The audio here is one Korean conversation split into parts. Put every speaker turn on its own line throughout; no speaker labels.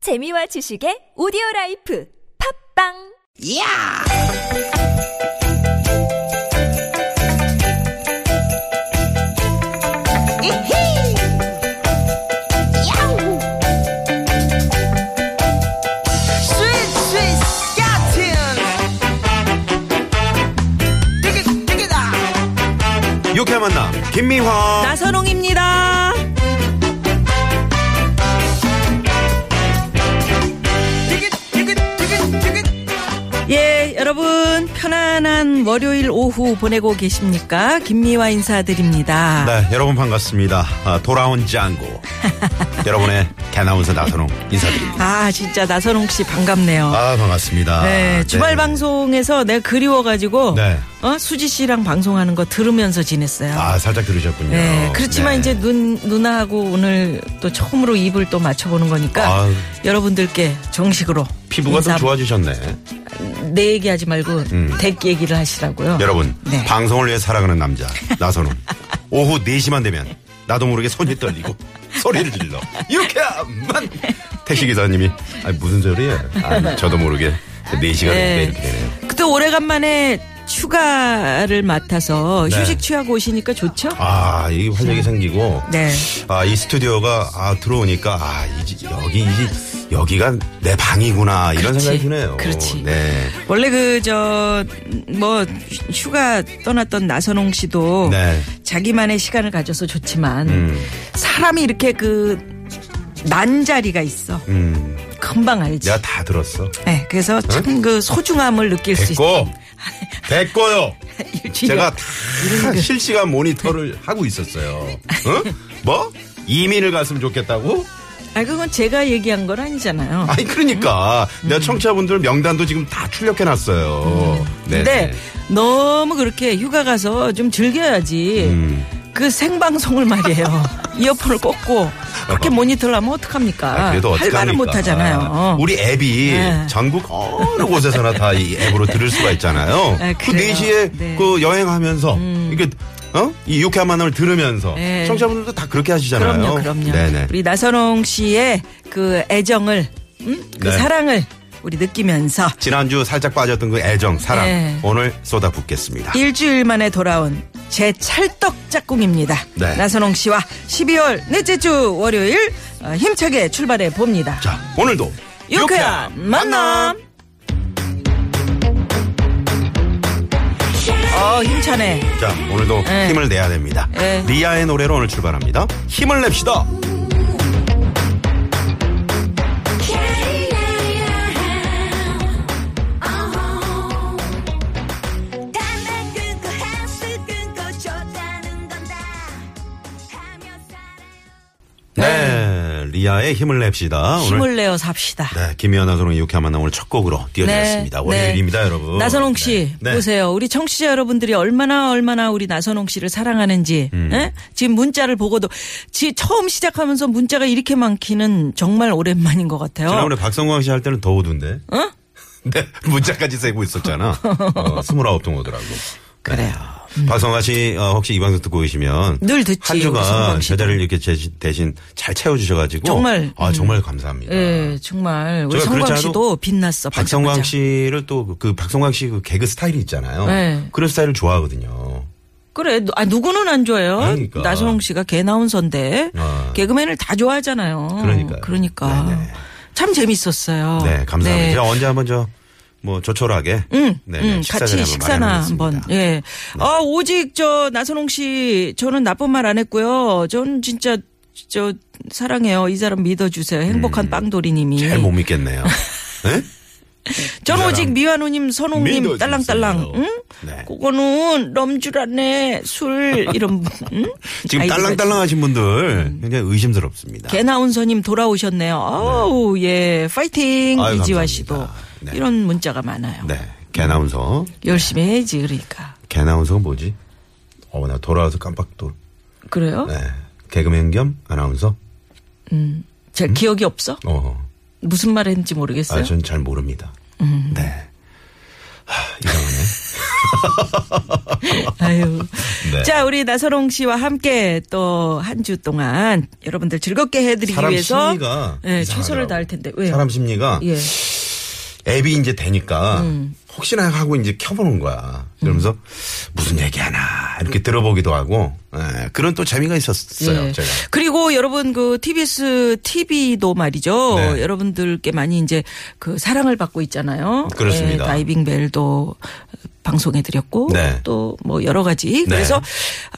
재미와 지식의 오디오 라이프 팝빵
이야! 이히! 야우! 스윗, 스윗, 야틴! 띠깃, 띠깃아!
유쾌한 만남 김미화
나선홍입니다.
띠깃, 띠깃, 띠깃, 띠깃!
예, 여러분 편안한 월요일 오후 보내고 계십니까? 김미화 인사드립니다.
네 여러분 반갑습니다 아, 돌아온 짱구 여러분의 개나운서 나선홍 인사드립니다
아, 진짜 나선홍 씨 반갑네요.
아 반갑습니다
네, 주말 방송에서 내가 그리워가지고
네.
어, 수지 씨랑 방송하는 거 들으면서 지냈어요.
아 살짝 들으셨군요
네, 그렇지만
네.
이제 눈 누나하고 오늘 또 처음으로 입을 또 맞춰보는 거니까
아유.
여러분들께 정식으로
피부가 좀
인사-
좋아지셨네 음.
내 얘기하지 말고 댁 얘기를 하시라고요.
여러분
네.
방송을 위해 살아가는 남자 나선홍 오후 4시만 되면 나도 모르게 손이 떨리고 소리를 질러 유쾌한 택시기사님이 아 무슨 소리예요 아, 저도 모르게 4시가
네.
네. 이렇게 되네요
또 오래간만에 휴가를 맡아서
네.
휴식 취하고 오시니까 좋죠?
아, 이 활력이 생기고.
네.
아, 이 스튜디오가 아, 들어오니까 아, 이 집, 여기 이 집, 여기가 내 방이구나 이런
그렇지.
생각이 드네요.
그렇지.
네.
원래 그 저 뭐 휴가 떠났던 나선홍 씨도
네.
자기만의 시간을 가져서 좋지만
음.
사람이 이렇게 그 난자리가 있어.
음.
금방 알지.
내가 다 들었어.
네, 그래서 참 그 소중함을 느낄 수
됐고. 됐고요.
있.
제가 다 실시간
네.
모니터를 하고 있었어요. 응? 뭐? 이민을 갔으면 좋겠다고?
아 그건 제가 얘기한 건 아니잖아요.
아니 그러니까
음.
내가 청취자분들 명단도 지금 다 출력해 놨어요. 네,
근데 너무 그렇게 휴가 가서 좀 즐겨야지.
음.
그 생방송을 말이에요. 이어폰을 꽂고 그렇게 모니터를 하면 어떡합니까?
아, 그래도
할
어떡합니까?
말을 못 하잖아요.
우리 앱이
네.
전국 어느 곳에서나 다 이 앱으로 들을 수가 있잖아요.
아,
그
그래요.
4시에
네. 음.
그 여행하면서 이게 어? 이 유쾌한 만남을 들으면서
네.
청취자분들도 다 그렇게 하시잖아요.
그럼요, 그럼요.
네네.
우리 나선홍 씨의 그 애정을, 음? 그
네.
사랑을 우리 느끼면서
지난주 살짝 빠졌던 그 애정, 사랑
네.
오늘 쏟아붓겠습니다.
일주일 만에 돌아온 제 찰떡 짝꿍입니다.
네.
나선홍 씨와 12월 넷째 주 월요일 어, 힘차게 출발해 봅니다.
자, 오늘도
유쾌한 만남. 어 힘차네.
자, 오늘도
네.
힘을 내야 됩니다.
네.
리아의 노래로 오늘 출발합니다. 힘을 냅시다. 네, 리아의 힘을 냅시다. 오늘
힘을 내어 삽시다.
네, 김희연 나선홍 이렇게 만남 오늘 첫 곡으로 띄워드렸습니다.
네,
월요일입니다,
네.
여러분.
나선홍 씨
네. 네.
보세요. 우리 청취자 여러분들이 얼마나 얼마나 우리 나선홍 씨를 사랑하는지.
음.
예? 지금 문자를 보고도 지 처음 시작하면서 문자가 이렇게 많기는 정말 오랜만인 것 같아요.
지난번에 박성광 씨 할 때는 더 오던데.
어?
네, 문자까지 세고 있었잖아. 어, 29통 오더라고.
그래요.
박성광 씨, 어, 혹시 이 방송 듣고 계시면.
늘 듣지,
한
우리
주간
성광 씨도.
제자를 이렇게 제, 대신 잘 채워주셔가지고.
정말, 음.
아, 정말 감사합니다.
예, 정말 우리
저희가
성광
그렇지
씨도
않아도
빛났어.
박성광
반짝반짝.
씨를 또 그 박성광 씨 그 개그 스타일이 있잖아요.
네.
그런 스타일을 좋아하거든요.
그래, 누- 아, 누구는 안 좋아해요?
그러니까.
나선홍 씨가 개나운서인데,
아.
개그맨을 다 좋아하잖아요.
그러니까요.
그러니까.
네네.
참 재밌었어요.
네, 감사합니다.
네.
제가 언제 한번 저, 뭐, 조촐하게.
응,
네, 네,
응,
식사자리
같이
한번
식사나
마련하겠습니다. 네.
한번. 예. 아, 오직 저 나선홍 씨, 저는 나쁜 말 안 했고요. 저는 진짜 저 사랑해요. 이 사람 믿어주세요. 행복한 빵돌이님이.
음. 잘 못 믿겠네요. 네?
전
사람
오직 미완우님, 선홍님,
믿어주세요.
딸랑딸랑. 음? 응?
네.
그거는 럼주라네 술 이런. 응?
지금
아이디가
딸랑딸랑 하신 분들 굉장히 의심스럽습니다.
개나운서님 돌아오셨네요. 아우 예, 파이팅
아유,
이지화
감사합니다.
씨도
네.
이런 문자가 많아요.
네. 개나운서.
열심히
네.
해야지 그러니까
개나운서가 뭐지? 어, 나 돌아와서 깜빡 돌.
그래요?
네. 개그맨 겸 아나운서?
제 기억이 없어?
어.
무슨 말했는지
음? 아,
모르겠어요.
전 잘 모릅니다. 네. 하, 이상하네.
아유.
네.
자, 우리 나선홍 씨와 함께 또 한 주 동안 여러분들 즐겁게 해드리기
사람
위해서
심리가
예,
이상하더라고.
최선을 다할 텐데. 왜?
사람 심리가
예. 음.
앱이 이제 되니까 혹시나 하고 이제 켜보는 거야. 그러면서 무슨 얘기하나 이렇게 들어보기도 하고 예, 그런 또 재미가 있었어요.
예.
제가.
그리고 여러분 그 TBS TV도 말이죠.
네.
여러분들께 많이 이제 그 사랑을 받고 있잖아요.
그렇습니다.
예, 다이빙 벨도 방송해드렸고
네.
또 뭐 여러 가지. 그래서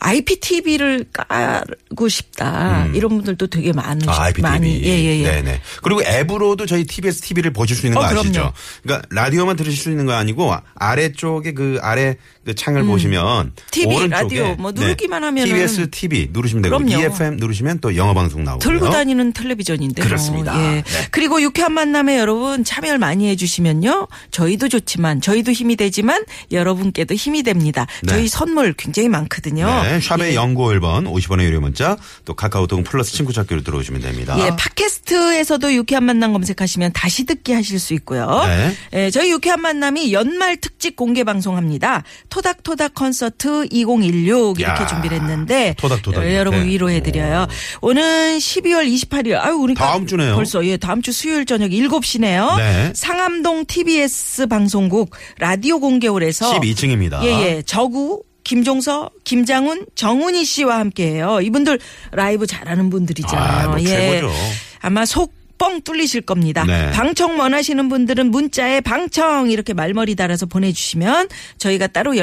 IPTV를 까고 싶다 이런 분들도 되게 많으시
음. 아, IPTV.
많이 예예예.
네네. 그리고 앱으로도 저희 TBS TV를 보실 수 있는 거
어, 그럼요.
아시죠? 그러니까 라디오만 들으실 수 있는 거 아니고 아래쪽에 그 아래 그 창을 보시면
TV,
오른쪽에
음. 라디오 뭐 누르기만 하면은
TBS TV 누르시면 되고
그럼요.
EFM 누르시면 또 영어 방송 나오고요.
들고 다니는 텔레비전인데.
그렇습니다.
예.
네.
그리고 유쾌한 만남에 여러분 참여를 많이 해주시면요. 저희도 좋지만 저희도 힘이 되지만 여러분께도 힘이 됩니다.
네.
저희 선물 굉장히 많거든요.
네, 샵의 영고 1번 50원의 유료 문자 또 카카오톡 플러스 친구 찾기로 들어오시면 됩니다.
예, 팟캐스트에서도 유쾌한 만남 검색하시면 다시 듣기 하실 수 있고요.
네.
예, 저희 유쾌한 만남이 연말 특집 공개 방송합니다. 토닥토닥 콘서트 2016 이렇게
야,
준비를 했는데
토닥토닥.
예, 여러분
네.
위로해 드려요. 오는 12월 28일. 아유, 우리
다음 주네요.
벌써 예, 다음 주 수요일 저녁 7시네요.
네.
상암동 TBS 방송국 라디오 공개홀에서
12층입니다.
예예 저구 김종서, 김장훈, 정훈이 씨와 함께해요. 이분들 라이브 잘하는 분들이잖아요. 예.
아, 뭐 최고죠.
아마 속. 뻥 뚫리실 겁니다.
네.
방청 원하시는 분들은 문자에 방청 이렇게 말머리 달아서 보내주시면 저희가 따로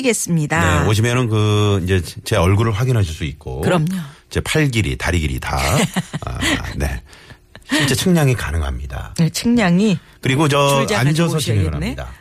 연락드리겠습니다.
네, 오시면은 그 이제 제 얼굴을 확인하실 수 있고
아. 그럼요.
제 팔 길이, 다리 길이 다 아, 네. 실제 측량이 가능합니다.
네, 측량이
그리고 저
줄자 가지고
앉아서 진행을
오셔야겠네.
합니다.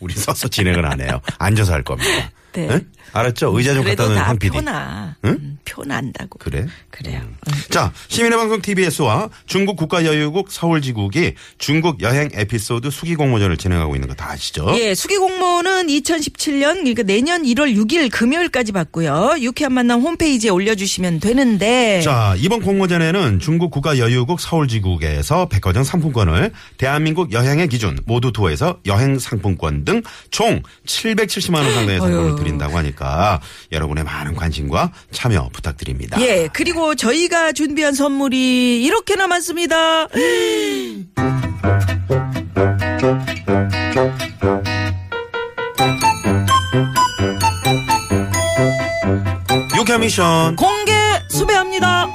우리 서서 진행을 안 해요. 앉아서 할 겁니다.
네.
응? 알았죠? 의자 좀 갖다
그래도
놓은
다
한 PD.
표나 음, 표난다고
그래? 음.
그래요.
자, 시민의 방송 TBS와 중국 국가여유국 서울지국이 중국 여행 에피소드 수기 공모전을 진행하고 있는 거 다 아시죠?
예, 수기 공모는 2017년 그러니까 내년 1월 6일 금요일까지 받고요. 유쾌한 만남 홈페이지에 올려주시면 되는데.
자, 이번 공모전에는 중국 국가여유국 서울지국에서 백화점 상품권을 대한민국 여행의 기준 모두 투어에서 여행 상품권 등 총 770만 원 상당의 상품을
어휴.
드린다고 하니까 여러분의 많은 관심과 참여 부탁드립니다.
예, 그리고 저희가 준비한 선물이 이렇게 남았습니다.
유쾌 미션.
공개 수배합니다.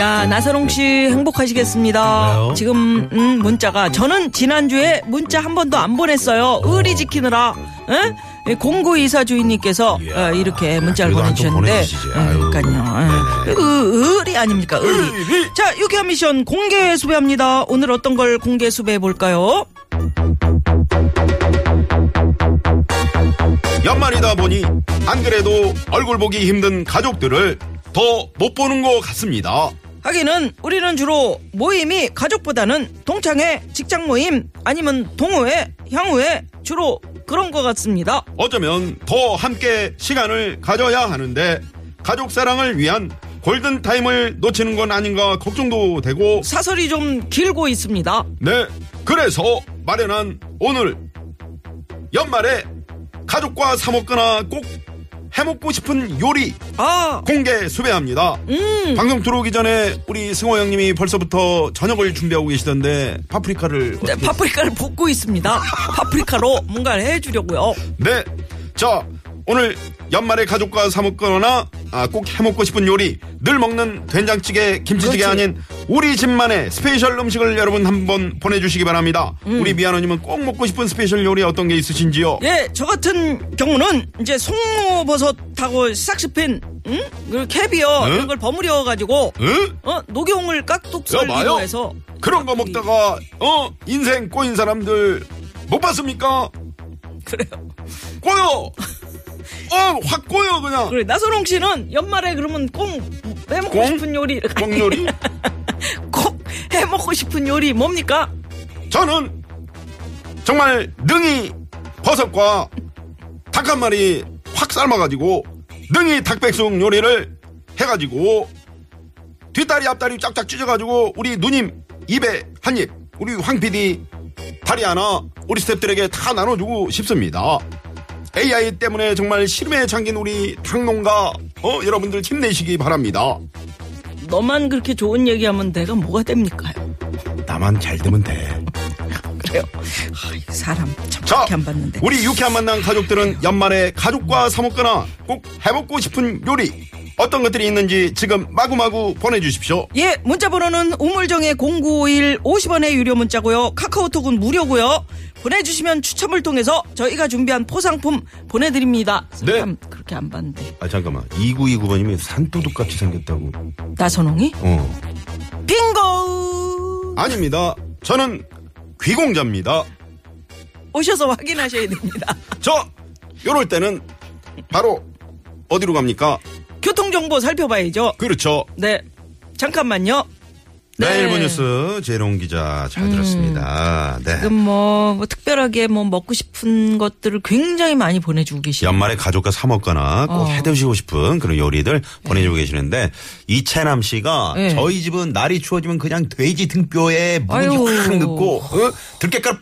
야, 나선홍 씨 행복하시겠습니다.
왜요?
지금 음, 문자가 저는 지난주에 문자 한 번도 안 보냈어요. 의리 지키느라. 예? 공구 이사 주인님께서
이야.
어, 이렇게 문자를
그래도 한통
보내주셨는데,
보내주시지.
예,
아유.
그러니까요. 예.
네네.
그 의리 아닙니까? 의리. 자, 유쾌한 미션 공개 수배합니다. 오늘 어떤 걸 공개 수배해 볼까요?
연말이다 보니 안 그래도 얼굴 보기 힘든 가족들을 더 못 보는 것 같습니다.
하기는 우리는 주로 모임이 가족보다는 동창회, 직장 모임 아니면 동호회, 향후회 주로 그런 것 같습니다.
어쩌면 더 함께 시간을 가져야 하는데 가족 사랑을 위한 골든 타임을 놓치는 건 아닌가 걱정도 되고
사설이 좀 길고 있습니다.
네 그래서 마련한 오늘 연말에 가족과 사 먹거나 꼭 해먹고 싶은 요리
아,
공개 수배합니다. 방송 들어오기 전에 우리 승호 형님이 벌써부터 저녁을 준비하고 계시던데 파프리카를
네,
어떻게-
파프리카를 볶고 있습니다. 파프리카로 뭔가를 해주려고요.
네. 자, 오늘 연말에 가족과 사 먹거나 아, 꼭 해먹고 싶은 요리 늘 먹는 된장찌개, 김치찌개
그렇지.
아닌 우리 집만의 스페셜 음식을 여러분 한번 보내주시기 바랍니다. 우리 미아노님은 꼭 먹고 싶은 스페셜 요리 어떤 게 있으신지요?
음. 예, 저 같은 경우는 이제 송로버섯하고 싹스핀, 응? 그리고 캐비어
응?
이런 걸 버무려 가지고
응?
어 녹용을 깍둑
여봐요.
썰기로 해서
그런 거 먹다가 어 인생 꼬인 사람들 못 봤습니까?
그래요.
꼬여. 어 확 꼬여 그냥.
그래 나선홍 씨는 연말에 그러면 꼭 해먹고
꽁?
싶은 요리
꽁 요리?
꼭 해먹고 싶은 요리 뭡니까?
저는 정말 능이 버섯과 닭 한 마리 확 삶아가지고 능이 닭백숙 요리를 해가지고 뒷다리 앞다리 쫙쫙 찢어가지고 우리 누님 입에 한 입 우리 황 PD 다리 하나 우리 스탭들에게 다 나눠주고 싶습니다. AI 때문에 정말 시름에 잠긴 우리 탕농가 어 여러분들 힘내시기 바랍니다.
너만 그렇게 좋은 얘기하면 내가 뭐가 됩니까요?
나만 잘 되면 돼.
그래요. 아, 이 사람 참
자,
그렇게 안 봤는데.
우리 유쾌한 만남 가족들은 연말에 가족과 사 먹거나 꼭 해먹고 싶은 요리 어떤 것들이 있는지 지금 마구마구 보내주십시오.
예, 문자 번호는 우물정의 0951 50원의 유료 문자고요. 카카오톡은 무료고요. 보내주시면 추첨을 통해서 저희가 준비한 포상품 보내드립니다.
네.
참 그렇게 안 봤는데.
아 잠깐만 2929번님이 산도둑 같이 생겼다고.
나선홍이?
어.
빙고!
아닙니다. 저는 귀공자입니다.
오셔서 확인하셔야 됩니다.
저 요럴 때는 바로 어디로 갑니까?
교통정보 살펴봐야죠.
그렇죠.
네. 잠깐만요.
네,
네.
일본 뉴스 재롱 기자 잘 들었습니다. 네.
지금 뭐, 뭐 특별하게 뭐 먹고 싶은 것들을 굉장히 많이 보내주고 계시죠.
연말에 가족과 사 먹거나 꼭
어. 예.
해드시고 싶은 그런 요리들 보내주고 계시는데 이채남 씨가
네.
저희 집은 날이 추워지면 그냥 돼지 등뼈에
아유.
물을 확 넣고 어? 들깨가루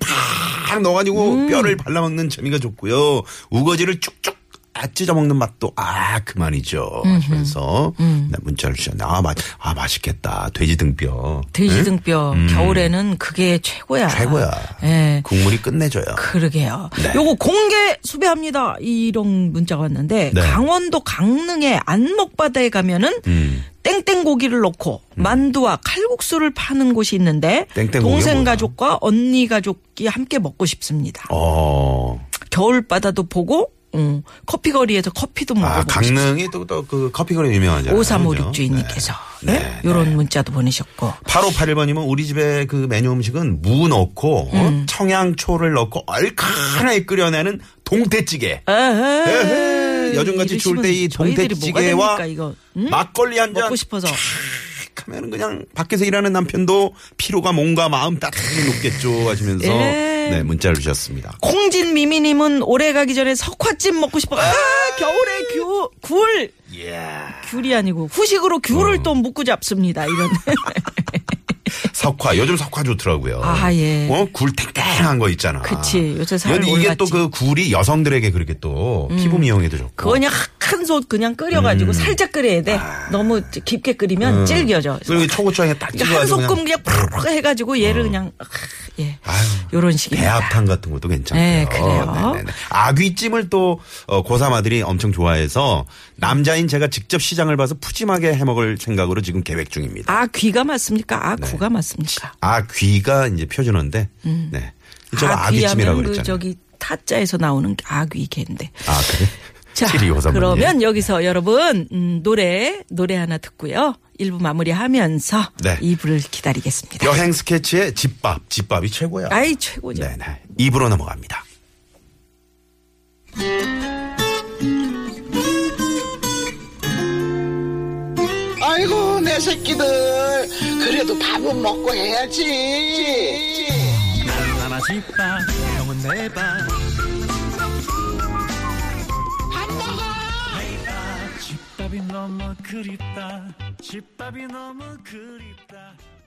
팍 넣어가지고
음.
뼈를 발라먹는 재미가 좋고요. 우거지를 쭉쭉 아, 찢어 먹는 맛도 아 그만이죠. 하시면서
음.
네, 문자를 주셨네. 아, 맛, 아 맛있겠다. 돼지 등뼈
돼지 등뼈 겨울에는 그게 최고야.
음. 최고야.
예.
국물이 끝내줘요.
그러게요.
네.
요거 공개 수배합니다. 이런 문자가 왔는데
네.
강원도 강릉의 안목바다에 가면은
음.
땡땡 고기를 넣고 만두와 칼국수를 파는 곳이 있는데
땡땡 고기가
동생
뭐야?
가족과 언니 가족이 함께 먹고 싶습니다.
어.
겨울 바다도 보고 음, 커피 거리에서 커피도 먹고
아 강릉이 또 또 그 커피거리 유명하잖아요. 그죠?
5356
네.
주인님께서
네, 네.
요런 문자도 보내셨고
8581번님은 우리 집에 그 메뉴 음식은 무 넣고 어?
음.
청양초를 넣고 얼큰하게 끓여내는 동태찌개. 에헤, 요즘같이 추울 때 이 동태찌개와 막걸리 한 잔
먹고 싶어서
하면 그냥 밖에서 일하는 남편도 피로가 몸과 마음 따뜻하게 녹겠죠 하시면서
예.
네 문자를 주셨습니다.
콩진 미미님은 올해 가기 전에 석화찜 먹고 싶어. 아, 겨울에 귤, 굴. 귤이 아니고 후식으로 귤을 또 묶고 잡습니다. 이런.
석화 요즘 석화 좋더라고요.
아, 예.
어, 굴 탱탱한 거 있잖아.
그치. 요새 살
근데 이게
올랐지. 음.
또 그 굴이 여성들에게 그렇게 또 피부 미용에도 좋고.
그거냐 큰솥 그냥 끓여가지고 살짝 끓여야 돼. 너무 깊게 끓이면 질겨져.
그리고 초고추장에 딱
그러니까 한
찍어가지고 그냥
소금 음. 그냥 푹 해가지고 얘를 그냥 아, 예
아유,
요런 식입니다.
배합탕 같은 것도 괜찮고요.
네, 그래요.
네네네. 아귀찜을 또 어, 고삼 아들이 엄청 좋아해서 남자인 제가 직접 시장을 봐서 푸짐하게 해먹을 생각으로 지금 계획 중입니다.
아 귀가 맞습니까? 아
네.
구가 맞습니까?
아, 귀가 이제 표준어인데, 네. 저 아, 귀찜이라고
음. 귀하면 그
그랬잖아요.
저기 타짜에서 나오는 아귀개인데.
아, 그래?
자,
7253 번님.
그러면 여기서 여러분 음, 노래 노래 하나 듣고요. 1부 마무리하면서
네.
2부를 기다리겠습니다.
여행 스케치의 집밥, 집밥이 최고야.
아이 최고죠.
네네. 입으로 넘어갑니다.
아이고 내 새끼들 그래도 밥은 먹고 해야지.
집밥이 너무 그립다 집밥이 너무 그립다